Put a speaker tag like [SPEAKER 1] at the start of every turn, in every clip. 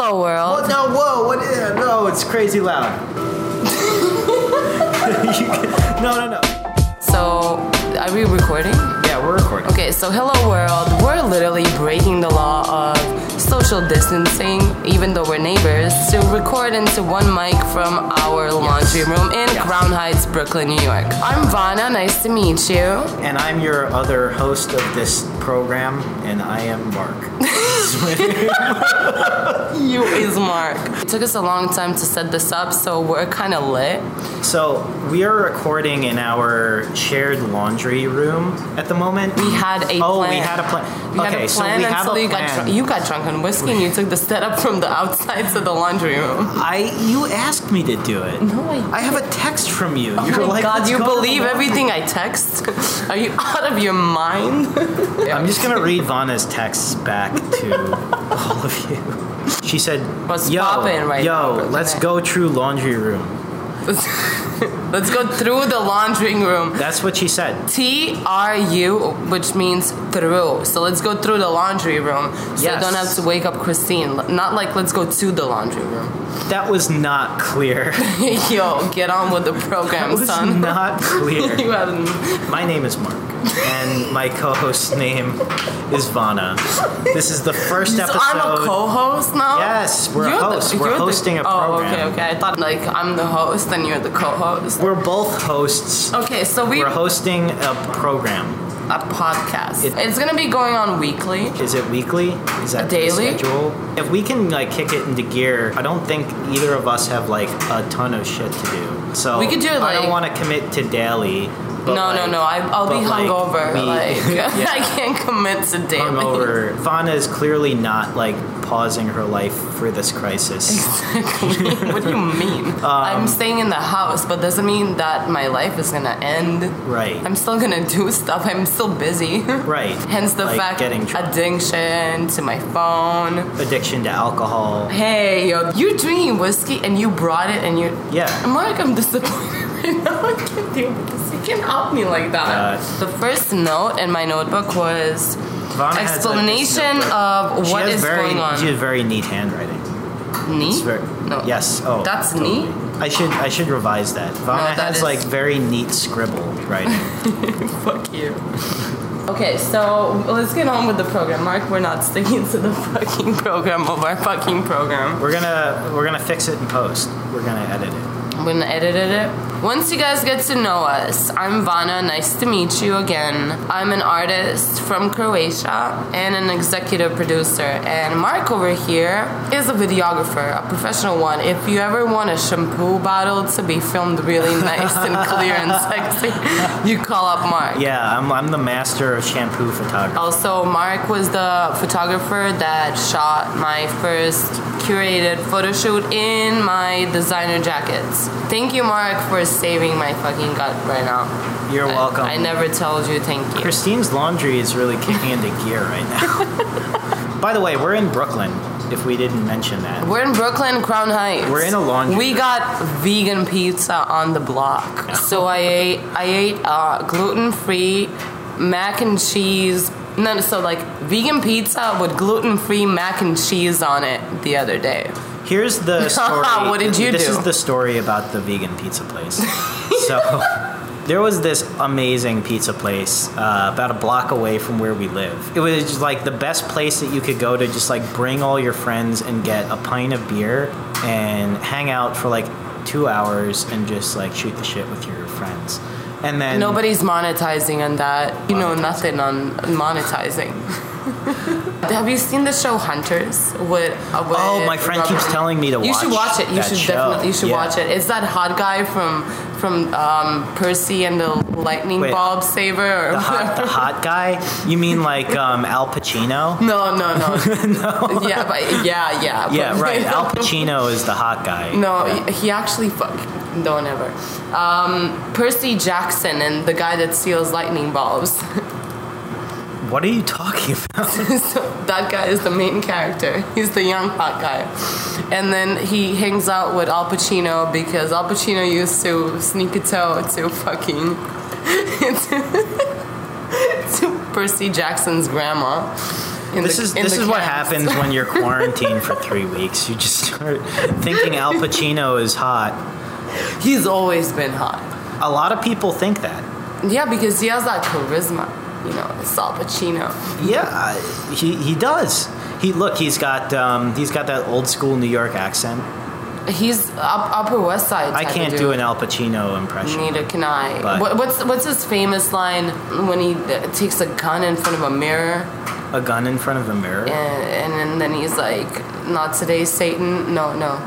[SPEAKER 1] Whoa, world.
[SPEAKER 2] Oh, no, whoa, what is No, it's crazy loud. You can- no, no, no.
[SPEAKER 1] So, are we recording?
[SPEAKER 2] Yeah, we're recording.
[SPEAKER 1] Okay, so hello world. We're literally breaking the law of social distancing, even though we're neighbors, to record into one mic from our laundry room in Crown Heights, Brooklyn, New York. I'm Vana. Nice to meet you.
[SPEAKER 2] And I'm your other host of this program, and I am Mark.
[SPEAKER 1] You is Mark. It took us a long time to set this up, so we're kind of lit.
[SPEAKER 2] so, we are recording in our shared laundry room at the moment.
[SPEAKER 1] We had a
[SPEAKER 2] Oh,
[SPEAKER 1] plan.
[SPEAKER 2] we had a plan.
[SPEAKER 1] You
[SPEAKER 2] okay,
[SPEAKER 1] had a plan
[SPEAKER 2] so we have
[SPEAKER 1] until
[SPEAKER 2] a
[SPEAKER 1] you got
[SPEAKER 2] plan.
[SPEAKER 1] drunk. You got drunk on whiskey and you took the setup from the outside to the laundry room.
[SPEAKER 2] I, you asked me to do it.
[SPEAKER 1] No, I-
[SPEAKER 2] I have a text from you.
[SPEAKER 1] Oh
[SPEAKER 2] You're
[SPEAKER 1] my
[SPEAKER 2] like,
[SPEAKER 1] God,
[SPEAKER 2] "Let's
[SPEAKER 1] you
[SPEAKER 2] go to the
[SPEAKER 1] believe
[SPEAKER 2] laundry
[SPEAKER 1] everything I text? Are you out of your mind?
[SPEAKER 2] I'm just gonna read Vanna's texts back to all of you. She said,
[SPEAKER 1] What's
[SPEAKER 2] "Yo,
[SPEAKER 1] poppin' right now,
[SPEAKER 2] yo,
[SPEAKER 1] Brooklyn?
[SPEAKER 2] let's go through laundry room."
[SPEAKER 1] Let's go through the laundry room.
[SPEAKER 2] That's what she said.
[SPEAKER 1] T R U, which means through. So let's go through the laundry room. So I
[SPEAKER 2] Yes.
[SPEAKER 1] don't have to wake up Christine. Not like let's go to the laundry room.
[SPEAKER 2] That was not clear.
[SPEAKER 1] Yo, get on with the program,
[SPEAKER 2] That was
[SPEAKER 1] son.
[SPEAKER 2] not clear.
[SPEAKER 1] you haven't.
[SPEAKER 2] My name is Mark, and my co-host's name is Vanna. This is the first
[SPEAKER 1] So
[SPEAKER 2] episode.
[SPEAKER 1] I'm a co-host now.
[SPEAKER 2] Yes, we're a
[SPEAKER 1] the-
[SPEAKER 2] host. We're
[SPEAKER 1] you're the-
[SPEAKER 2] hosting a program.
[SPEAKER 1] Oh, okay, okay. I thought like I'm the host and you're the co-host.
[SPEAKER 2] we're both hosts.
[SPEAKER 1] Okay, so we
[SPEAKER 2] We're hosting a program.
[SPEAKER 1] a podcast.
[SPEAKER 2] It-
[SPEAKER 1] it's gonna be going on weekly.
[SPEAKER 2] Is it weekly? Is that the
[SPEAKER 1] Daily?
[SPEAKER 2] schedule? If we can like kick it into gear, I don't think either of us have like a ton of shit to do. So
[SPEAKER 1] We could do it,
[SPEAKER 2] I don't
[SPEAKER 1] like-
[SPEAKER 2] want to commit to daily.
[SPEAKER 1] No,
[SPEAKER 2] but,
[SPEAKER 1] no,
[SPEAKER 2] like,
[SPEAKER 1] no. I, I'll be
[SPEAKER 2] but, like,
[SPEAKER 1] hungover.
[SPEAKER 2] we-
[SPEAKER 1] like I
[SPEAKER 2] yeah,
[SPEAKER 1] can't commit to daily.
[SPEAKER 2] hungover. Fauna is clearly not like pausing her life for this crisis.
[SPEAKER 1] Exactly. what do you mean? I'm
[SPEAKER 2] Um,
[SPEAKER 1] staying in the house, but doesn't mean that my life is gonna end.
[SPEAKER 2] Right.
[SPEAKER 1] I'm still gonna do stuff. I'm still busy.
[SPEAKER 2] Right.
[SPEAKER 1] Hence the
[SPEAKER 2] Like,
[SPEAKER 1] fact
[SPEAKER 2] getting drunk.
[SPEAKER 1] addiction to my phone.
[SPEAKER 2] addiction to alcohol.
[SPEAKER 1] Hey, yo, you drinking whiskey and you brought it and you.
[SPEAKER 2] Yeah.
[SPEAKER 1] Mark, I'm disappointed right now. I can't deal with this. You can't help me like that.
[SPEAKER 2] God.
[SPEAKER 1] the first note in my notebook was
[SPEAKER 2] Fauna has a-
[SPEAKER 1] explanation of
[SPEAKER 2] She
[SPEAKER 1] what
[SPEAKER 2] has
[SPEAKER 1] is
[SPEAKER 2] very,
[SPEAKER 1] going on.
[SPEAKER 2] She has very neat handwriting.
[SPEAKER 1] Knee?
[SPEAKER 2] It's very,
[SPEAKER 1] No.
[SPEAKER 2] Yes. Oh.
[SPEAKER 1] That's knee?
[SPEAKER 2] I should I should revise that. Vanna
[SPEAKER 1] that
[SPEAKER 2] has
[SPEAKER 1] is-
[SPEAKER 2] like very neat scribble writing.
[SPEAKER 1] Fuck you. Okay, so let's get on with the program, Mark. We're not sticking to the fucking program of our fucking program.
[SPEAKER 2] We're gonna we're gonna fix it in post. We're gonna edit it.
[SPEAKER 1] I'm gonna edit it. Once you guys get to know us, I'm Vana. Nice to meet you again. I'm an artist from Croatia and an executive producer. And Mark over here is a videographer, a professional one. If you ever want a shampoo bottle to be filmed really nice and clear and sexy, you call up Mark.
[SPEAKER 2] Yeah, I'm I'm the master of shampoo photography.
[SPEAKER 1] Also, Mark was the photographer that shot my first curated photo shoot in my designer jackets. Thank you, Mark, for saving my fucking gut right now.
[SPEAKER 2] You're
[SPEAKER 1] Oh, I-
[SPEAKER 2] welcome.
[SPEAKER 1] I, never told you thank you.
[SPEAKER 2] Christine's laundry is really kicking into gear right now. By the way, we're in Brooklyn. If we didn't mention that,
[SPEAKER 1] We're in Brooklyn, Crown Heights.
[SPEAKER 2] We're in a laundry.
[SPEAKER 1] We got vegan pizza on the block. So I ate, I ate uh, gluten-free mac and cheese. No, so like vegan pizza with gluten-free mac and cheese on it the other day.
[SPEAKER 2] here's the story.
[SPEAKER 1] What did you
[SPEAKER 2] this
[SPEAKER 1] do?
[SPEAKER 2] is the story about the vegan pizza place. so. There was this amazing pizza place uh, about a block away from where we live. It was just, like the best place that you could go to just like bring all your friends and get a pint of beer and hang out for like two hours and just like shoot the shit with your friends. And then
[SPEAKER 1] Nobody's monetizing on that. You know nothing on monetizing. Have you seen the show Hunters? With, uh, with
[SPEAKER 2] Oh, my friend keeps telling me to
[SPEAKER 1] You should
[SPEAKER 2] watch
[SPEAKER 1] watch it. You
[SPEAKER 2] that
[SPEAKER 1] should
[SPEAKER 2] show.
[SPEAKER 1] definitely. You should
[SPEAKER 2] Yeah.
[SPEAKER 1] watch it. It's that hot guy from from um, Percy and the Lightning
[SPEAKER 2] Wait.
[SPEAKER 1] Bulb Saver or
[SPEAKER 2] the
[SPEAKER 1] whatever.
[SPEAKER 2] hot, the hot guy? You mean like um, Al Pacino?
[SPEAKER 1] No, no, no. Yeah, but yeah, yeah. but-
[SPEAKER 2] Yeah, right. Al Pacino is the hot guy.
[SPEAKER 1] No,
[SPEAKER 2] Yeah.
[SPEAKER 1] he- he actually fuck. Don't ever. Um, Percy Jackson and the guy that steals lightning bulbs.
[SPEAKER 2] What are you talking about?
[SPEAKER 1] so that guy is the main character. He's the young hot guy. And then he hangs out with Al Pacino because Al Pacino used to sneak a toe to fucking. to Percy Jackson's grandma. In
[SPEAKER 2] this
[SPEAKER 1] the-
[SPEAKER 2] is
[SPEAKER 1] in
[SPEAKER 2] this
[SPEAKER 1] the
[SPEAKER 2] is what
[SPEAKER 1] cans.
[SPEAKER 2] happens when you're quarantined for three weeks. You just start thinking Al Pacino is hot.
[SPEAKER 1] He's always been hot.
[SPEAKER 2] A lot of people think that.
[SPEAKER 1] Yeah, because he has that charisma. You know, it's Al Pacino.
[SPEAKER 2] Yeah, I- he he does. He look. He's got um, he's got that old school New York accent.
[SPEAKER 1] He's up, Upper West Side.
[SPEAKER 2] I
[SPEAKER 1] type of
[SPEAKER 2] can't
[SPEAKER 1] dude.
[SPEAKER 2] do an Al Pacino impression.
[SPEAKER 1] Neither can I.
[SPEAKER 2] But-
[SPEAKER 1] What, what's what's his famous line when he uh, takes a gun in front of a mirror
[SPEAKER 2] A gun in front of a mirror.
[SPEAKER 1] and, and then he's like, "Not today, Satan." No, no.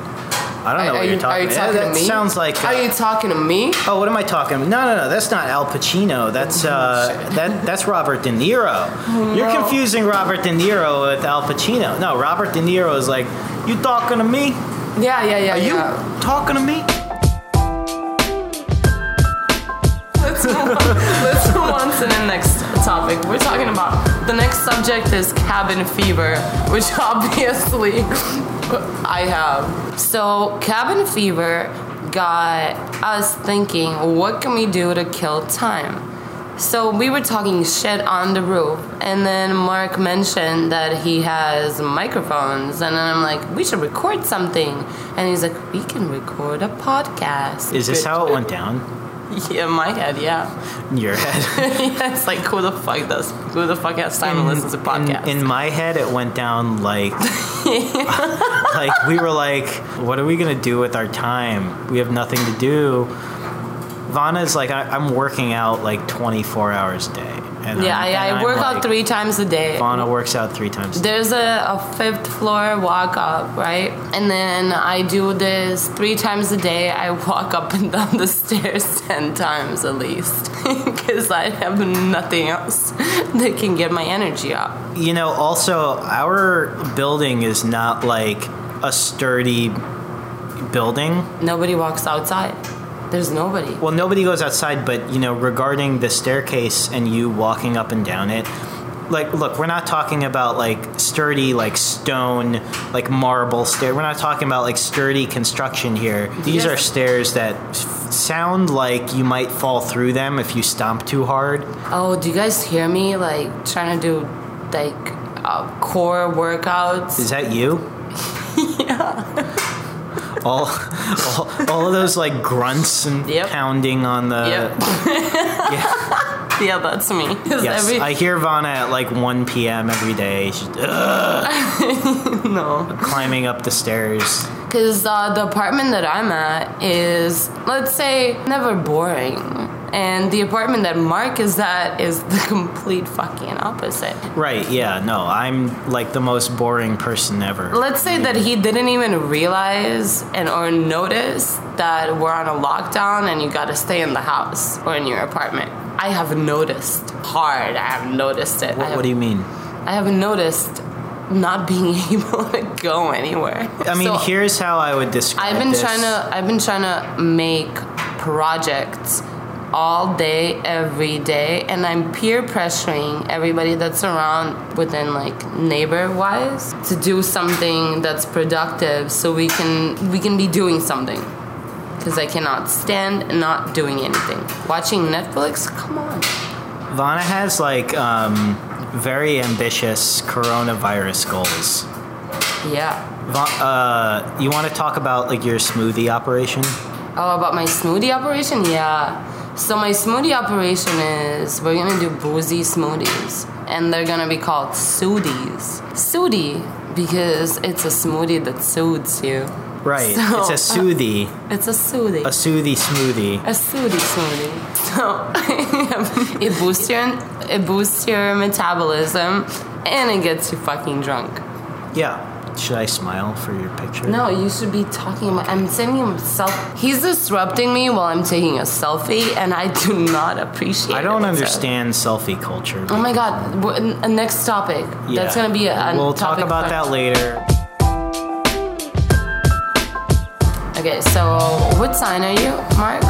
[SPEAKER 2] I don't know what
[SPEAKER 1] you,
[SPEAKER 2] you're talking.
[SPEAKER 1] Are you
[SPEAKER 2] about.
[SPEAKER 1] talking
[SPEAKER 2] that
[SPEAKER 1] to me?
[SPEAKER 2] sounds like.
[SPEAKER 1] Are you talking to me?
[SPEAKER 2] Oh, what am I talking? No, no, no. That's not Al Pacino. That's uh, that that's Robert De Niro. You're confusing Robert De Niro with Al Pacino. No, Robert De Niro is like, you talking to me?
[SPEAKER 1] Yeah, yeah, yeah.
[SPEAKER 2] Are you
[SPEAKER 1] yeah.
[SPEAKER 2] talking to me?
[SPEAKER 1] Let's move on. Let's move on to the next topic. We're talking about the next subject is cabin fever, which obviously I have. So cabin fever got us thinking, what can we do to kill time? So we were talking shit on the roof, and then Mark mentioned that he has microphones, and then I'm like, we should record something, and he's like, we can record a podcast.
[SPEAKER 2] Is this
[SPEAKER 1] bitch."
[SPEAKER 2] how it went down
[SPEAKER 1] Yeah, in my head, yeah.
[SPEAKER 2] in your head?
[SPEAKER 1] yeah, it's like who the fuck does who the fuck has time to listen to podcasts?
[SPEAKER 2] In my head, it went down like, like we were like, what are we gonna do with our time? We have nothing to do. Vana's like, I, I'm working out like 24 hours a day. And
[SPEAKER 1] yeah,
[SPEAKER 2] I'm- and
[SPEAKER 1] I, I
[SPEAKER 2] I'm
[SPEAKER 1] work out
[SPEAKER 2] like-
[SPEAKER 1] three times a day.
[SPEAKER 2] Vana works out three times. a day.
[SPEAKER 1] There's a, a fifth floor walk up, right? And then I do this three times a day. I walk up and down the stairs 10 times at least because I have nothing else that can get my energy up.
[SPEAKER 2] You know, also, our building is not like a sturdy building.
[SPEAKER 1] Nobody walks outside, there's nobody.
[SPEAKER 2] Well, nobody goes outside, but, you know, regarding the staircase and you walking up and down it, like, look, we're not talking about like sturdy, like stone, like marble stair. We're not talking about like sturdy construction here. These
[SPEAKER 1] Yes.
[SPEAKER 2] are stairs that f- sound like you might fall through them if you stomp too hard.
[SPEAKER 1] Oh, do you guys hear me like trying to do like uh, core workouts?
[SPEAKER 2] Is that you? yeah. All, all, all of those like grunts and
[SPEAKER 1] Yep.
[SPEAKER 2] pounding on the.
[SPEAKER 1] Yep. yeah. that's me. 'Cause
[SPEAKER 2] Yes,
[SPEAKER 1] every-
[SPEAKER 2] I hear Vana at like 1 p.m. every day. She's ugh,
[SPEAKER 1] no.
[SPEAKER 2] climbing up the stairs.
[SPEAKER 1] Because uh, the apartment that I'm at is, let's say, never boring. And the apartment that Mark is at is the complete fucking opposite.
[SPEAKER 2] Right? Yeah. No, I'm like the most boring person ever.
[SPEAKER 1] Let's say that he didn't even realize and or notice that we're on a lockdown and you gotta stay in the house or in your apartment. I have noticed hard. I have noticed it. I
[SPEAKER 2] What,
[SPEAKER 1] have,
[SPEAKER 2] what do you mean?
[SPEAKER 1] I have noticed not being able to go anywhere.
[SPEAKER 2] I mean,
[SPEAKER 1] So-
[SPEAKER 2] here's how I would describe.
[SPEAKER 1] I've been
[SPEAKER 2] this.
[SPEAKER 1] trying to I've been trying to make projects all day every day and I'm peer pressuring everybody that's around within like neighbor wise to do something that's productive so we can we can be doing something cuz I cannot stand not doing anything watching Netflix come on
[SPEAKER 2] Vana has like um, very ambitious coronavirus goals.
[SPEAKER 1] yeah
[SPEAKER 2] Va- uh, you want to talk about like your smoothie operation?
[SPEAKER 1] Oh, about my smoothie operation? Yeah. So my smoothie operation is we're gonna do boozy smoothies, and they're gonna be called soothies. Sooty because it's a smoothie that soothes you.
[SPEAKER 2] Right.
[SPEAKER 1] So- uh,
[SPEAKER 2] it's a smoothie,
[SPEAKER 1] It's a soothie.
[SPEAKER 2] a smoothie smoothie.
[SPEAKER 1] A soothie smoothie. So it boosts your it boosts your metabolism, and it gets you fucking drunk.
[SPEAKER 2] Yeah. Should I smile for your picture?
[SPEAKER 1] No, you should be talking about. I'm sending him self. He's disrupting me while I'm taking a selfie, and I do not appreciate.
[SPEAKER 2] I
[SPEAKER 1] it
[SPEAKER 2] don't
[SPEAKER 1] whatsoever.
[SPEAKER 2] understand selfie culture.
[SPEAKER 1] Oh my god, we're- n- uh, next topic.
[SPEAKER 2] Yeah.
[SPEAKER 1] That's gonna be a. a
[SPEAKER 2] We'll talk
[SPEAKER 1] topic
[SPEAKER 2] about
[SPEAKER 1] for-
[SPEAKER 2] that later.
[SPEAKER 1] Okay, so what sign are you, Mark?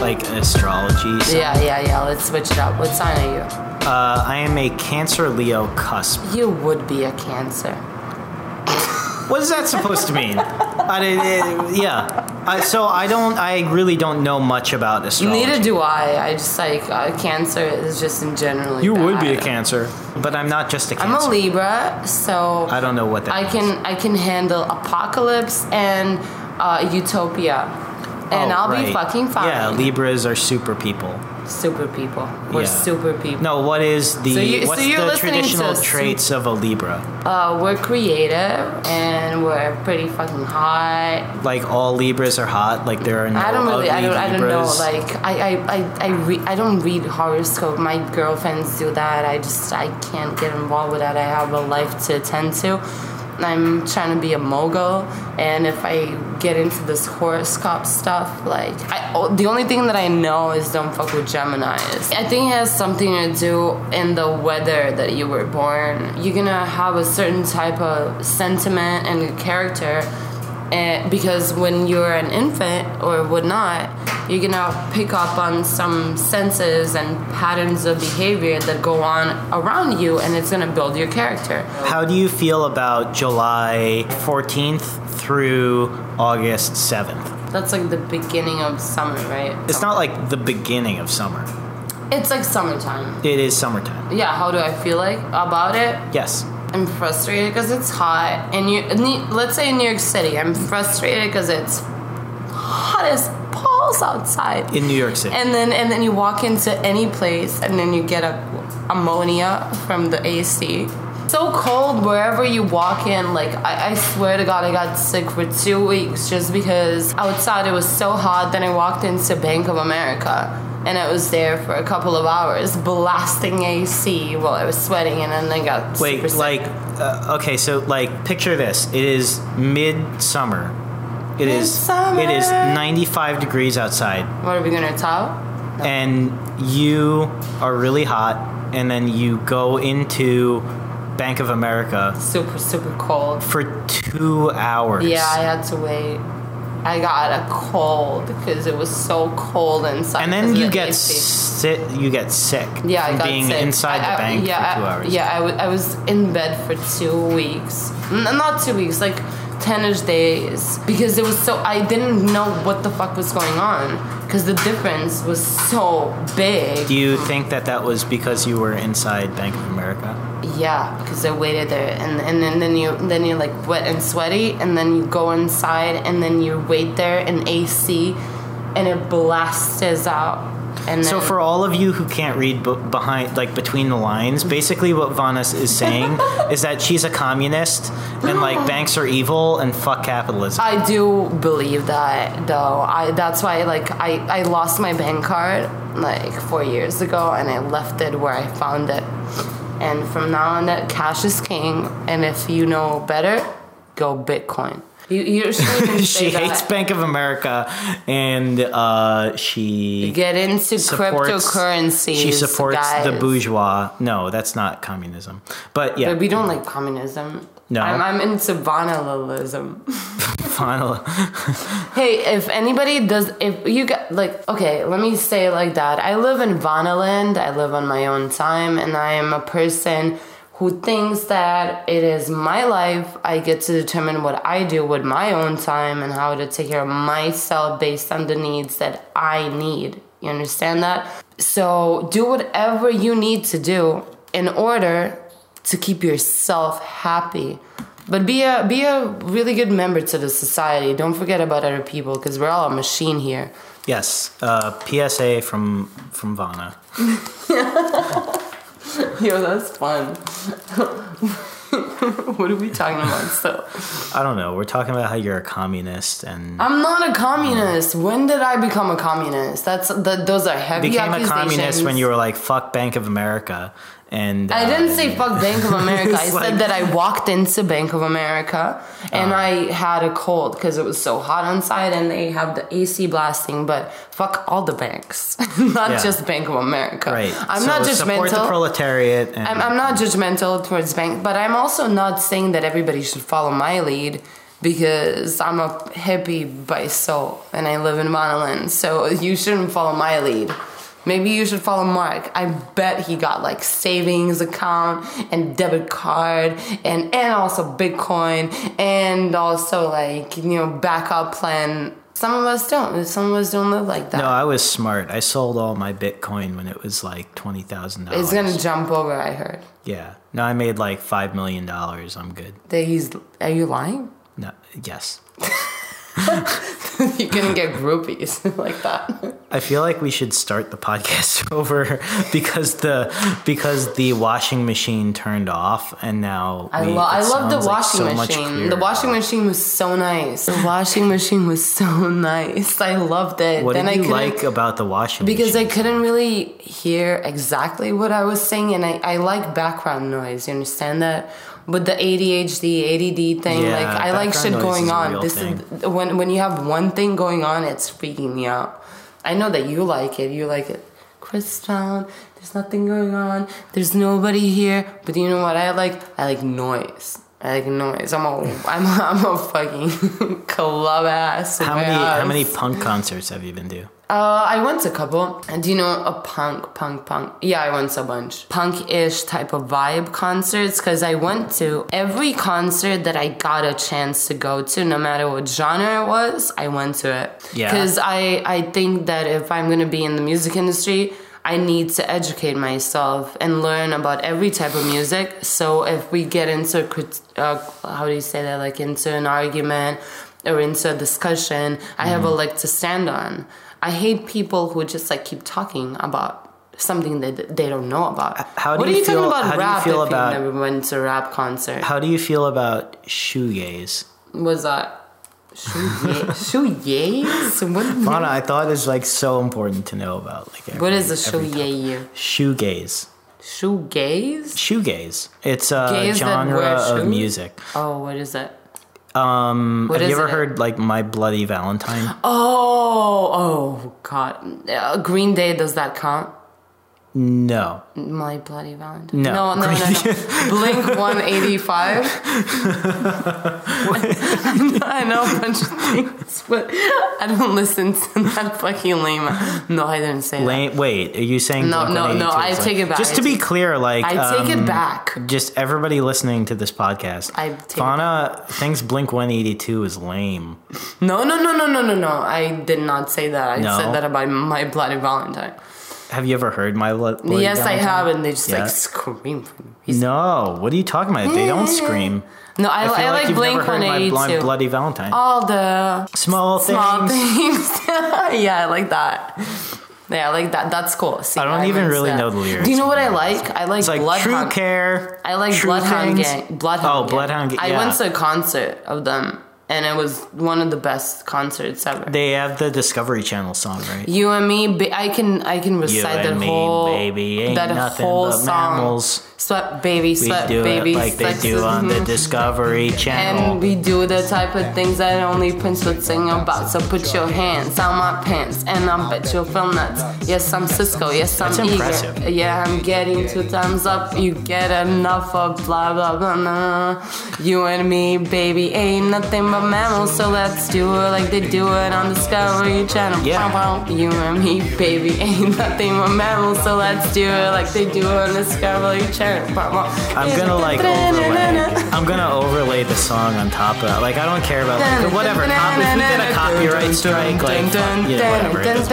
[SPEAKER 2] Like astrology. So,
[SPEAKER 1] Yeah, yeah, yeah, let's switch it up. What sign are you?
[SPEAKER 2] Uh, I am a Cancer Leo cusp.
[SPEAKER 1] You would be a Cancer.
[SPEAKER 2] What is that supposed to mean? I, did- it- yeah. I, so I don't. I really don't know much about astrology.
[SPEAKER 1] Neither do I. I just like, uh, Cancer is just in general.
[SPEAKER 2] you would be a
[SPEAKER 1] bad.
[SPEAKER 2] Cancer. but I'm not just a
[SPEAKER 1] I'm
[SPEAKER 2] cancer.
[SPEAKER 1] a Libra, so
[SPEAKER 2] I don't know what that
[SPEAKER 1] I
[SPEAKER 2] means.
[SPEAKER 1] can I can handle apocalypse and uh, utopia, and
[SPEAKER 2] Oh,
[SPEAKER 1] I'll be
[SPEAKER 2] right.
[SPEAKER 1] fucking fine.
[SPEAKER 2] Yeah, Libras are super people.
[SPEAKER 1] super people. We're
[SPEAKER 2] Yeah.
[SPEAKER 1] super people.
[SPEAKER 2] No, what is the
[SPEAKER 1] So you-
[SPEAKER 2] what's
[SPEAKER 1] so you're
[SPEAKER 2] the
[SPEAKER 1] listening to
[SPEAKER 2] traditional
[SPEAKER 1] su-
[SPEAKER 2] traits of a Libra?
[SPEAKER 1] Uh, we're creative and we're pretty fucking hot.
[SPEAKER 2] Like all Libras are hot. Like there are no
[SPEAKER 1] I don't really,
[SPEAKER 2] ugly
[SPEAKER 1] I don't, I don't know.
[SPEAKER 2] Libras.
[SPEAKER 1] Like, I, I, I, I, re- I don't read horoscope. My girlfriends do that. I just, I can't get involved with that. I have a life to attend to. I'm trying to be a mogul, and if I get into this horoscope stuff, like, I, oh, the only thing that I know is don't fuck with Geminis. I think it has something to do in the weather that you were born. You're gonna have a certain type of sentiment and character and Eh, because when you're an infant or whatnot, you're gonna pick up on some senses and patterns of behavior that go on around you, and it's gonna build your character.
[SPEAKER 2] How do you feel about July 14th through August 7th?
[SPEAKER 1] That's like the beginning of summer, right?
[SPEAKER 2] It's not like the beginning of summer.
[SPEAKER 1] It's like summertime.
[SPEAKER 2] It is summertime.
[SPEAKER 1] Yeah. How do I feel like about it?
[SPEAKER 2] Yes.
[SPEAKER 1] I'm frustrated because it's hot, and you ne- let's say in New York City, I'm frustrated because it's hot as balls outside.
[SPEAKER 2] In New York City.
[SPEAKER 1] and then and then you walk into any place and then you get a ammonia from the AC. So cold wherever you walk in. Like I, I swear to God, I got sick for two weeks just because outside it was so hot. Then I walked into Bank of America and I was there for a couple of hours blasting AC while I was sweating, and then I got
[SPEAKER 2] Wait,
[SPEAKER 1] super sick.
[SPEAKER 2] like, uh, okay, so like, picture this. It is midsummer. It is. It is
[SPEAKER 1] Midsummer.
[SPEAKER 2] 95 degrees outside,
[SPEAKER 1] what are we gonna tell?
[SPEAKER 2] and you are really hot, and then you go into Bank of America
[SPEAKER 1] Super super cold.
[SPEAKER 2] for two hours.
[SPEAKER 1] Yeah, I had to wait. I got a cold because it was so cold inside.
[SPEAKER 2] and
[SPEAKER 1] 'cause
[SPEAKER 2] then
[SPEAKER 1] of
[SPEAKER 2] you
[SPEAKER 1] the
[SPEAKER 2] get
[SPEAKER 1] AC.
[SPEAKER 2] sick. You get sick.
[SPEAKER 1] yeah,
[SPEAKER 2] from
[SPEAKER 1] I got
[SPEAKER 2] being
[SPEAKER 1] sick. I-
[SPEAKER 2] inside the
[SPEAKER 1] I-
[SPEAKER 2] bank
[SPEAKER 1] yeah,
[SPEAKER 2] for two hours.
[SPEAKER 1] I, yeah, I, w- I was in bed for two weeks. N- not two weeks, like ten-ish days, because it was so. I didn't know what the fuck was going on because the difference was so big.
[SPEAKER 2] Do you think that that was because you were inside Bank of America?
[SPEAKER 1] Yeah, because I waited there, and and then, then you then you're like wet and sweaty, and then you go inside, and then you wait there in AC, and it blasts out. And
[SPEAKER 2] So
[SPEAKER 1] then-
[SPEAKER 2] for all of you who can't read b- behind, like between the
[SPEAKER 1] Mm-hmm.
[SPEAKER 2] lines, basically what Vanas is saying is that she's a communist and like banks are evil and fuck capitalism.
[SPEAKER 1] I do believe that though. I that's why like I I lost my bank card like four years ago, and I left it where I found it. And from now on, that cash is king. And if you know better, go Bitcoin. You you shouldn't even say
[SPEAKER 2] She
[SPEAKER 1] that.
[SPEAKER 2] hates Bank of America and uh, she
[SPEAKER 1] Get into
[SPEAKER 2] supports
[SPEAKER 1] cryptocurrencies.
[SPEAKER 2] She supports
[SPEAKER 1] guys.
[SPEAKER 2] the bourgeois. No, that's not communism. But yeah,
[SPEAKER 1] But we don't like communism.
[SPEAKER 2] No.
[SPEAKER 1] I'm, I'm into vandalism.
[SPEAKER 2] final.
[SPEAKER 1] hey, if anybody does, if you got like, okay, let me say it like that. I live in Vanaland. I live on my own time, and I am a person who thinks that it is my life. I get to determine what I do with my own time and how to take care of myself based on the needs that I need. You understand that? So do whatever you need to do in order to keep yourself happy. But be a be a really good member to the society. Don't forget about other people because we're all a machine here.
[SPEAKER 2] Yes, uh, PSA from from Vana.
[SPEAKER 1] Yo, that's fun. what are we talking about? So
[SPEAKER 2] I don't know. We're talking about how you're a communist and
[SPEAKER 1] I'm not a communist. When did I become a communist? That's that. Those are heavy
[SPEAKER 2] became a
[SPEAKER 1] accusations.
[SPEAKER 2] communist when you were like fuck Bank of America and
[SPEAKER 1] I
[SPEAKER 2] uh,
[SPEAKER 1] didn't say fuck Bank of America. I
[SPEAKER 2] It's
[SPEAKER 1] said
[SPEAKER 2] like- Ah.
[SPEAKER 1] that I walked into Bank of America and I had a cold because it was so hot outside and they have the AC blasting. But fuck all the banks, not
[SPEAKER 2] Yeah.
[SPEAKER 1] just Bank of America.
[SPEAKER 2] right.
[SPEAKER 1] I'm
[SPEAKER 2] So
[SPEAKER 1] not
[SPEAKER 2] Support the
[SPEAKER 1] judgmental.
[SPEAKER 2] proletariat. And,
[SPEAKER 1] I'm, I'm not judgmental towards bank, but I'm also not saying that everybody should follow my lead because I'm a hippie by soul and I live in Monoland. So you shouldn't follow my lead. Maybe you should follow Mark. I bet he got like savings account and debit card and and also Bitcoin and also like you know backup plan Some of us don't. Some of us don't live like that.
[SPEAKER 2] No, I was smart. I sold all my Bitcoin when it was like twenty thousand dollars.
[SPEAKER 1] it's gonna jump over. I heard.
[SPEAKER 2] Yeah. No, I made like five million dollars. I'm good.
[SPEAKER 1] That he's. Are you lying?
[SPEAKER 2] No. Yes.
[SPEAKER 1] You're gonna get groupies like that.
[SPEAKER 2] I feel like we should start the podcast over because the because the washing machine turned off and now
[SPEAKER 1] I,
[SPEAKER 2] we-
[SPEAKER 1] lo-
[SPEAKER 2] it
[SPEAKER 1] I love the
[SPEAKER 2] sounds like
[SPEAKER 1] washing
[SPEAKER 2] so much
[SPEAKER 1] machine. The
[SPEAKER 2] clearer.
[SPEAKER 1] washing machine was so nice. The washing machine was so nice. I loved it.
[SPEAKER 2] What
[SPEAKER 1] then I
[SPEAKER 2] did you
[SPEAKER 1] couldn't-
[SPEAKER 2] like about the washing?
[SPEAKER 1] because I
[SPEAKER 2] machine?
[SPEAKER 1] couldn't really hear exactly what I was saying, and I, I like background noise. You understand that? With the ADHD, ADD thing,
[SPEAKER 2] Yeah,
[SPEAKER 1] like I like
[SPEAKER 2] background
[SPEAKER 1] shit
[SPEAKER 2] noise
[SPEAKER 1] going
[SPEAKER 2] is a
[SPEAKER 1] on.
[SPEAKER 2] real
[SPEAKER 1] This is when when you have one thing going on, it's freaking me out. I know that you like it. You like it, Chris Town. There's nothing going on. There's nobody here. But you know what I like? I like noise. I like noise. I'm a I'm a, I'm a fucking club ass.
[SPEAKER 2] how many
[SPEAKER 1] ass.
[SPEAKER 2] how many punk concerts have you been to?
[SPEAKER 1] Uh, I went to a couple. And do you know a punk, punk, punk? Yeah, I went to a bunch. Punk ish type of vibe concerts because I went to every concert that I got a chance to go to, no matter what genre it was, I went to it.
[SPEAKER 2] Yeah.
[SPEAKER 1] Because I, I think that if I'm going to be in the music industry, I need to educate myself and learn about every type of music. So if we get into, a crit- uh, how do you say that, like into an argument or into a discussion, I have a
[SPEAKER 2] Mm-hmm.
[SPEAKER 1] leg to stand on. I hate people who just like keep talking about something that they don't know about.
[SPEAKER 2] how do
[SPEAKER 1] what
[SPEAKER 2] you
[SPEAKER 1] are you
[SPEAKER 2] feel-
[SPEAKER 1] talking about
[SPEAKER 2] how do you
[SPEAKER 1] rap
[SPEAKER 2] feel
[SPEAKER 1] if
[SPEAKER 2] about-
[SPEAKER 1] you never went to a rap concert?
[SPEAKER 2] How do you feel about shoegaze?
[SPEAKER 1] Was that Shoegaze? What,
[SPEAKER 2] Lana, I thought it's like so important to know about like every,
[SPEAKER 1] what is a
[SPEAKER 2] every topic.
[SPEAKER 1] shoegaze?
[SPEAKER 2] shoegaze?
[SPEAKER 1] Shoegaze?
[SPEAKER 2] Shoegaze. It's a
[SPEAKER 1] Gaze that
[SPEAKER 2] genre
[SPEAKER 1] wear
[SPEAKER 2] of
[SPEAKER 1] shoes?
[SPEAKER 2] music.
[SPEAKER 1] Oh, what is it?
[SPEAKER 2] Um,
[SPEAKER 1] What
[SPEAKER 2] have you
[SPEAKER 1] is
[SPEAKER 2] ever
[SPEAKER 1] it?
[SPEAKER 2] heard like My Bloody Valentine?
[SPEAKER 1] Oh, oh God! Uh, Green Day does that count?
[SPEAKER 2] No.
[SPEAKER 1] My bloody Valentine.
[SPEAKER 2] No.
[SPEAKER 1] no, no, no. no. Blink one eighty five. I know a bunch of things, but I don't listen to that fucking lame. No, I didn't say that.
[SPEAKER 2] Lane, wait, are you saying
[SPEAKER 1] No, no, no,
[SPEAKER 2] Blink-182
[SPEAKER 1] I
[SPEAKER 2] is, like-
[SPEAKER 1] take it back.
[SPEAKER 2] Just
[SPEAKER 1] I
[SPEAKER 2] to be clear, like
[SPEAKER 1] I take
[SPEAKER 2] um,
[SPEAKER 1] it back.
[SPEAKER 2] Just everybody listening to this podcast,
[SPEAKER 1] I take it
[SPEAKER 2] Fauna thinks Blink One Eighty Two is lame.
[SPEAKER 1] No, no, no, no, no, no, no. I did not say that. I
[SPEAKER 2] No?
[SPEAKER 1] said that about my bloody Valentine.
[SPEAKER 2] Have you ever heard My Blo- Bloody?
[SPEAKER 1] yes, I
[SPEAKER 2] Valentine?
[SPEAKER 1] have, and they just
[SPEAKER 2] Yeah.
[SPEAKER 1] like scream for me.
[SPEAKER 2] No, what are you talking about? They don't scream.
[SPEAKER 1] No, I,
[SPEAKER 2] feel
[SPEAKER 1] I like,
[SPEAKER 2] you've
[SPEAKER 1] Blink
[SPEAKER 2] never heard
[SPEAKER 1] one
[SPEAKER 2] My
[SPEAKER 1] eighty
[SPEAKER 2] Blo-
[SPEAKER 1] two.
[SPEAKER 2] Bloody Valentine.
[SPEAKER 1] All the
[SPEAKER 2] Small,
[SPEAKER 1] small
[SPEAKER 2] things.
[SPEAKER 1] things. yeah, I like that. Yeah, I like that. That's cool. See,
[SPEAKER 2] I don't even
[SPEAKER 1] missed
[SPEAKER 2] really
[SPEAKER 1] that.
[SPEAKER 2] know the lyrics.
[SPEAKER 1] Do you know what I like? I like,
[SPEAKER 2] It's like True
[SPEAKER 1] Bloodhound.
[SPEAKER 2] Care.
[SPEAKER 1] I like
[SPEAKER 2] True
[SPEAKER 1] Bloodhound
[SPEAKER 2] Things.
[SPEAKER 1] Gang. Bloodhound.
[SPEAKER 2] Oh, Bloodhound Gang,
[SPEAKER 1] I
[SPEAKER 2] yeah.
[SPEAKER 1] went to a concert of them, and it was one of the best concerts ever.
[SPEAKER 2] They have the Discovery Channel song, right?
[SPEAKER 1] you and me, ba- I can I can recite
[SPEAKER 2] and
[SPEAKER 1] that
[SPEAKER 2] me,
[SPEAKER 1] whole
[SPEAKER 2] baby, ain't
[SPEAKER 1] that
[SPEAKER 2] nothing
[SPEAKER 1] whole
[SPEAKER 2] but
[SPEAKER 1] song.
[SPEAKER 2] mammals.
[SPEAKER 1] Sweat baby,
[SPEAKER 2] We
[SPEAKER 1] sweat mm-hmm.
[SPEAKER 2] do
[SPEAKER 1] baby,
[SPEAKER 2] it like they
[SPEAKER 1] sex is-
[SPEAKER 2] do on the Discovery
[SPEAKER 1] And
[SPEAKER 2] Channel.
[SPEAKER 1] we do the type of things that only Prince would sing about. So put your hands on my pants, and I bet you'll feel nuts. Yes, I'm Cisco. Yes, I'm
[SPEAKER 2] That's
[SPEAKER 1] eager.
[SPEAKER 2] impressive.
[SPEAKER 1] Yeah, I'm getting two thumbs up. You get enough of blah blah blah. Nah. You and me, baby, ain't nothing but mammals. So let's do it like they do it on Discovery Channel.
[SPEAKER 2] Yeah.
[SPEAKER 1] Wow, wow. You and me, baby, ain't nothing but mammals. So let's do it like they do on Discovery Channel. Wow, wow.
[SPEAKER 2] I'm gonna like overlay. I'm gonna overlay the song on top of that. Like I don't care about like, whatever. Cop, if we get a copyright strike, like fuck, you know, whatever. It is.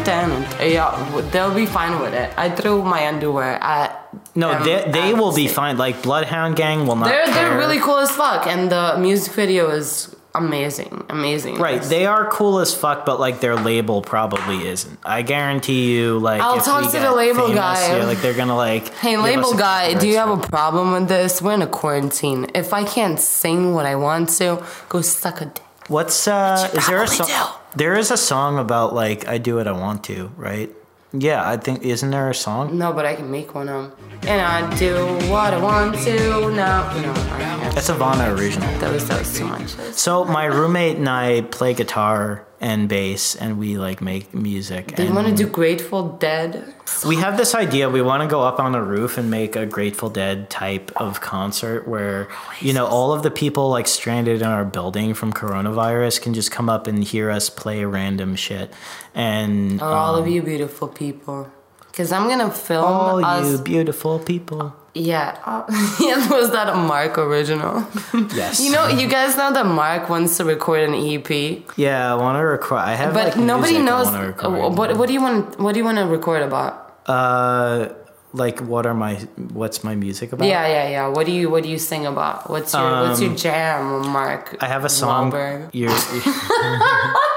[SPEAKER 1] Yeah, they'll be fine with it. I threw my underwear at.
[SPEAKER 2] No,
[SPEAKER 1] them
[SPEAKER 2] they, they
[SPEAKER 1] at
[SPEAKER 2] will be
[SPEAKER 1] the-
[SPEAKER 2] fine. Like Bloodhound Gang will not.
[SPEAKER 1] They're they're
[SPEAKER 2] care.
[SPEAKER 1] really cool as fuck, and the music video is amazing, amazing.
[SPEAKER 2] Right, they are cool as fuck, but like their label probably isn't. I guarantee you, like
[SPEAKER 1] I'll
[SPEAKER 2] if
[SPEAKER 1] talk
[SPEAKER 2] we
[SPEAKER 1] to the
[SPEAKER 2] get
[SPEAKER 1] label
[SPEAKER 2] famous
[SPEAKER 1] guy.
[SPEAKER 2] here, like they're gonna like.
[SPEAKER 1] Hey,
[SPEAKER 2] give us
[SPEAKER 1] label
[SPEAKER 2] a
[SPEAKER 1] guy, do you have
[SPEAKER 2] copyright
[SPEAKER 1] a problem with this? We're in a quarantine. If I can't sing what I want to, go suck a dick.
[SPEAKER 2] strike. What's uh?
[SPEAKER 1] should
[SPEAKER 2] Is there a
[SPEAKER 1] probably
[SPEAKER 2] song?
[SPEAKER 1] do.
[SPEAKER 2] There is a song about like I do what I want to, right? Yeah, I think isn't there a song?
[SPEAKER 1] No, but I can make one of them. And I do what I want to. No, no, I can't.
[SPEAKER 2] That's a Vana original.
[SPEAKER 1] That was that was too much.
[SPEAKER 2] So my roommate and I play guitar and bass, and we like make music.
[SPEAKER 1] They
[SPEAKER 2] and
[SPEAKER 1] want to do Grateful Dead.
[SPEAKER 2] We have this idea. We want to go up on a roof and make a Grateful Dead type of concert where, you know, all of the people like stranded in our building from coronavirus can just come up and hear us play random shit. And
[SPEAKER 1] Um, Are all of you beautiful people? Because I'm gonna film
[SPEAKER 2] Um, all
[SPEAKER 1] us.
[SPEAKER 2] you beautiful people.
[SPEAKER 1] Yeah. Oh, yeah, was that a Mark original?
[SPEAKER 2] Yes.
[SPEAKER 1] You know, you guys know that Mark wants to record an EP,
[SPEAKER 2] Yeah, I want to record. I have.
[SPEAKER 1] but
[SPEAKER 2] like,
[SPEAKER 1] nobody
[SPEAKER 2] music I
[SPEAKER 1] knows
[SPEAKER 2] wanna record.
[SPEAKER 1] what what do you want what do you want to record about?
[SPEAKER 2] Uh, like what are my what's my music about?
[SPEAKER 1] Yeah, yeah, yeah. What do you what do you sing about? What's your what's your jam, Mark?
[SPEAKER 2] Um, I have a song.
[SPEAKER 1] Wahlberg?
[SPEAKER 2] Years.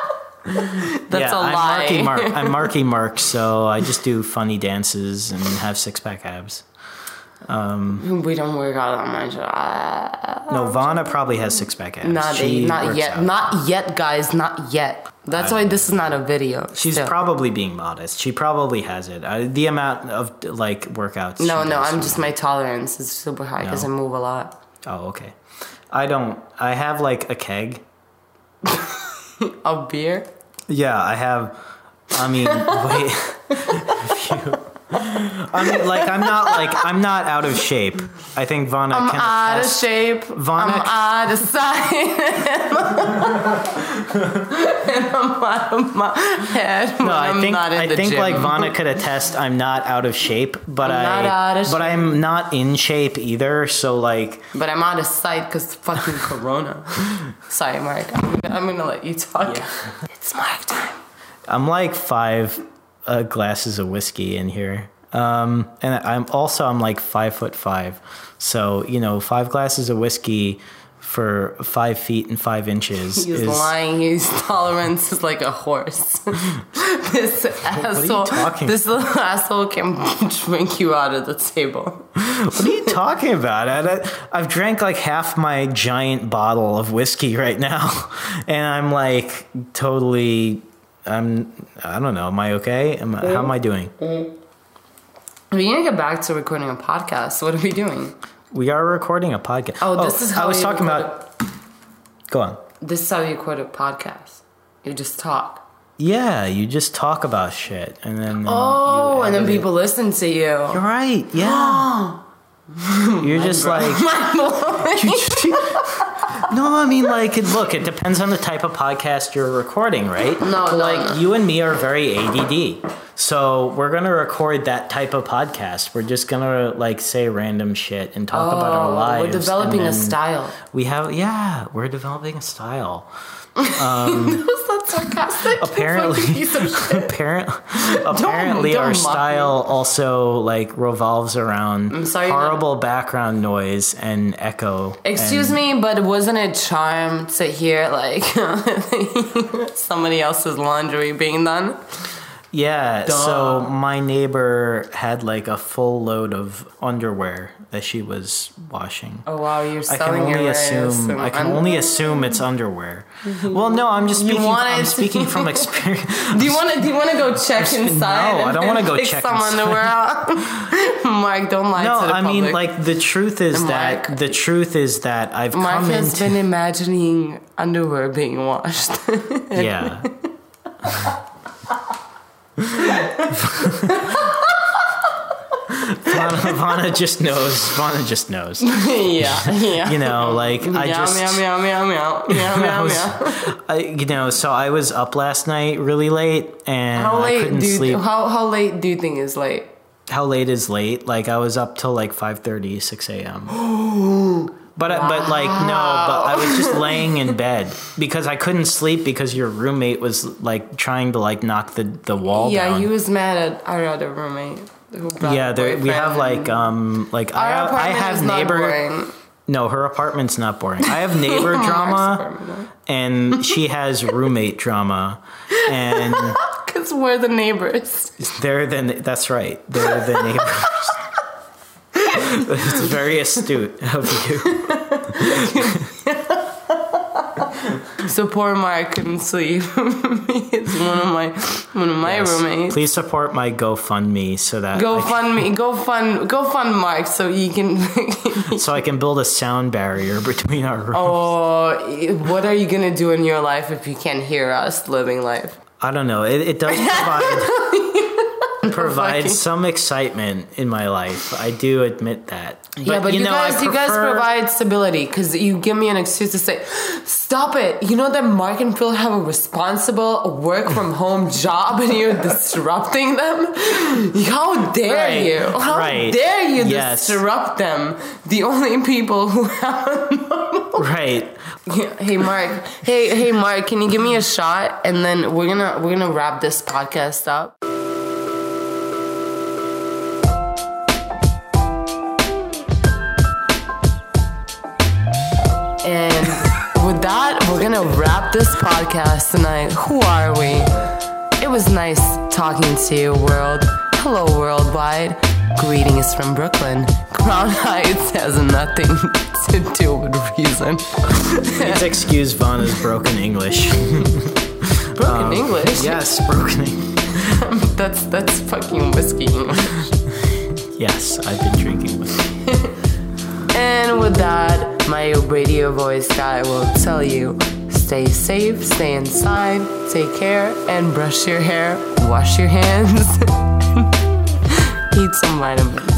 [SPEAKER 1] That's
[SPEAKER 2] yeah,
[SPEAKER 1] a
[SPEAKER 2] I'm
[SPEAKER 1] lie.
[SPEAKER 2] Marky Mark. I'm Marky Mark, so I just do funny dances and have six pack abs.
[SPEAKER 1] we don't work out that much. Uh,
[SPEAKER 2] No, Vana probably has six pack abs.
[SPEAKER 1] Not,
[SPEAKER 2] She
[SPEAKER 1] not
[SPEAKER 2] works
[SPEAKER 1] yet.
[SPEAKER 2] out.
[SPEAKER 1] Not yet, guys. Not yet. That's why this is not a video.
[SPEAKER 2] She's
[SPEAKER 1] still.
[SPEAKER 2] probably being modest. She probably has it. Uh, the amount of like workouts.
[SPEAKER 1] No,
[SPEAKER 2] she
[SPEAKER 1] no.
[SPEAKER 2] does.
[SPEAKER 1] I'm just my tolerance is super high because
[SPEAKER 2] No.
[SPEAKER 1] I move a lot.
[SPEAKER 2] Oh, okay. I don't. I have like a keg.
[SPEAKER 1] A beer.
[SPEAKER 2] Yeah, I have. I mean, wait. If you- I mean, like I'm not like I'm not out of shape. I think Vana
[SPEAKER 1] I'm
[SPEAKER 2] can
[SPEAKER 1] out of
[SPEAKER 2] attest-
[SPEAKER 1] Ah, shape. Ah, I'm out
[SPEAKER 2] Vonic-
[SPEAKER 1] of sight. and I'm out of my head.
[SPEAKER 2] No, I
[SPEAKER 1] I'm
[SPEAKER 2] think
[SPEAKER 1] not in
[SPEAKER 2] I
[SPEAKER 1] the
[SPEAKER 2] think
[SPEAKER 1] gym.
[SPEAKER 2] like Vana could attest. I'm not out of shape, but
[SPEAKER 1] I'm
[SPEAKER 2] I
[SPEAKER 1] not out of
[SPEAKER 2] but
[SPEAKER 1] shape.
[SPEAKER 2] I'm not in shape either. So like,
[SPEAKER 1] But I'm out of sight because fucking Corona. Sorry, Mark. I'm, I'm gonna let you talk. It's Mark time.
[SPEAKER 2] I'm like five uh, glasses of whiskey in here. Um, and I'm also I'm like five foot five, so you know five glasses of whiskey for five feet and five inches
[SPEAKER 1] He's
[SPEAKER 2] is
[SPEAKER 1] lying. His tolerance is like a horse. this asshole.
[SPEAKER 2] talking
[SPEAKER 1] this little asshole can drink you out of the table.
[SPEAKER 2] What are you talking about? I, I, have drank like half my giant bottle of whiskey right now, and I'm like totally. I'm. I don't know. Am I okay? Am I, how am I doing?
[SPEAKER 1] We need to get back to recording a podcast. What are we doing?
[SPEAKER 2] We are recording a podcast.
[SPEAKER 1] Oh, this is how
[SPEAKER 2] I was
[SPEAKER 1] you
[SPEAKER 2] talking
[SPEAKER 1] record
[SPEAKER 2] about. Go on.
[SPEAKER 1] This is how you record a podcast. You just talk.
[SPEAKER 2] Yeah, you just talk about shit, and then. uh,
[SPEAKER 1] Oh,
[SPEAKER 2] you
[SPEAKER 1] and then
[SPEAKER 2] edit it.
[SPEAKER 1] people listen to you.
[SPEAKER 2] You're right. Yeah. You're just like. no, I mean like it- look. It depends on the type of podcast you're recording, right?
[SPEAKER 1] No, no,
[SPEAKER 2] like
[SPEAKER 1] no.
[SPEAKER 2] you and me are very ADD, so we're gonna record that type of podcast. We're just gonna like say random shit and talk about our
[SPEAKER 1] Oh,
[SPEAKER 2] lives.
[SPEAKER 1] we're developing
[SPEAKER 2] and
[SPEAKER 1] a
[SPEAKER 2] then
[SPEAKER 1] style.
[SPEAKER 2] We have yeah, we're developing a style.
[SPEAKER 1] Was that sarcastic?
[SPEAKER 2] Apparently-
[SPEAKER 1] Fucking piece of shit.
[SPEAKER 2] Apparent, apparently,
[SPEAKER 1] don't
[SPEAKER 2] our
[SPEAKER 1] mock me.
[SPEAKER 2] style also like revolves around
[SPEAKER 1] sorry,
[SPEAKER 2] horrible background noise and echo.
[SPEAKER 1] Excuse me, but wasn't it charm to hear like somebody else's laundry being done?
[SPEAKER 2] Yeah, so my neighbor had like a full load of underwear that she was washing.
[SPEAKER 1] Oh wow, you're
[SPEAKER 2] I can
[SPEAKER 1] selling
[SPEAKER 2] only
[SPEAKER 1] your
[SPEAKER 2] assume. I can only assume it's underwear. Well, no, I'm just speaking.
[SPEAKER 1] wanted
[SPEAKER 2] I'm
[SPEAKER 1] to-
[SPEAKER 2] speaking from experience.
[SPEAKER 1] Do you want to? Do you want to go check inside?
[SPEAKER 2] I don't wanna
[SPEAKER 1] and
[SPEAKER 2] go
[SPEAKER 1] pick
[SPEAKER 2] check
[SPEAKER 1] some
[SPEAKER 2] inside.
[SPEAKER 1] underwear out. Mark, don't lie
[SPEAKER 2] No,
[SPEAKER 1] to the
[SPEAKER 2] I
[SPEAKER 1] public.
[SPEAKER 2] mean like the truth is that
[SPEAKER 1] Mark-
[SPEAKER 2] the truth is that I've
[SPEAKER 1] Mark
[SPEAKER 2] come
[SPEAKER 1] has
[SPEAKER 2] into
[SPEAKER 1] been imagining underwear being washed.
[SPEAKER 2] yeah. Vana, Vana just knows. Vana just knows.
[SPEAKER 1] yeah, yeah.
[SPEAKER 2] You know, like I
[SPEAKER 1] meow,
[SPEAKER 2] just.
[SPEAKER 1] meow, meow, meow, meow, meow,
[SPEAKER 2] I
[SPEAKER 1] meow,
[SPEAKER 2] was-
[SPEAKER 1] meow.
[SPEAKER 2] I, you know, so I was up last night really late and
[SPEAKER 1] How
[SPEAKER 2] I
[SPEAKER 1] late
[SPEAKER 2] couldn't
[SPEAKER 1] do you,
[SPEAKER 2] sleep.
[SPEAKER 1] how how late do you think is late?
[SPEAKER 2] How late is late? Like I was up till like 5:30, 6 a.m. But I but like no, but I was just laying in bed because I couldn't sleep because your roommate was like trying to like knock the the wall
[SPEAKER 1] yeah,
[SPEAKER 2] down.
[SPEAKER 1] he was mad at our other roommate. Who brought
[SPEAKER 2] yeah,
[SPEAKER 1] a
[SPEAKER 2] there, we have
[SPEAKER 1] boyfriend.
[SPEAKER 2] like um like
[SPEAKER 1] our
[SPEAKER 2] I, have- I
[SPEAKER 1] apartment
[SPEAKER 2] have
[SPEAKER 1] is not
[SPEAKER 2] neighbor.
[SPEAKER 1] boring.
[SPEAKER 2] No, her apartment's not boring. I have neighbor drama, and she has roommate drama, and.
[SPEAKER 1] Because we're the neighbors.
[SPEAKER 2] They're the that's right. They're the neighbors. it's very astute of you.
[SPEAKER 1] So poor Mark couldn't sleep. He's one of my one of my roommates.
[SPEAKER 2] Please support my GoFundMe so that
[SPEAKER 1] Go
[SPEAKER 2] I
[SPEAKER 1] fund me. Go fund. Go fund Mark so he can.
[SPEAKER 2] can, so I can build a sound barrier between our rooms.
[SPEAKER 1] oh, what are you gonna do in your life if you can't hear us living life?
[SPEAKER 2] I don't know. It, it does provide provide
[SPEAKER 1] fucking-
[SPEAKER 2] some excitement in my life. I do admit that.
[SPEAKER 1] yeah, but you,
[SPEAKER 2] know, I
[SPEAKER 1] guys, you guys
[SPEAKER 2] prefer-
[SPEAKER 1] provide stability because you give me an excuse to say, "Stop it!" You know that Mark and Phil have a responsible work from home job, and you're disrupting them. How dare
[SPEAKER 2] Right,
[SPEAKER 1] you? How
[SPEAKER 2] right.
[SPEAKER 1] dare you
[SPEAKER 2] Yes.
[SPEAKER 1] disrupt them? The only people who have.
[SPEAKER 2] right.
[SPEAKER 1] Yeah, hey Mark. Hey, hey Mark. Can you give me a shot, and then we're gonna we're gonna wrap this podcast up. And with that, we're gonna wrap this podcast tonight. Who are we? It was nice talking to you, world. Hello, worldwide. Greetings from Brooklyn. Crown Heights has nothing to do with reason.
[SPEAKER 2] Please excuse Vanna's broken English.
[SPEAKER 1] Broken English.
[SPEAKER 2] yes, broken. Eng-
[SPEAKER 1] Um, That's that's fucking whiskey.
[SPEAKER 2] Yes, I've been drinking with.
[SPEAKER 1] and with that, my radio voice guy will tell you: stay safe, stay inside, take care, and brush your hair, wash your hands, eat some vitamins.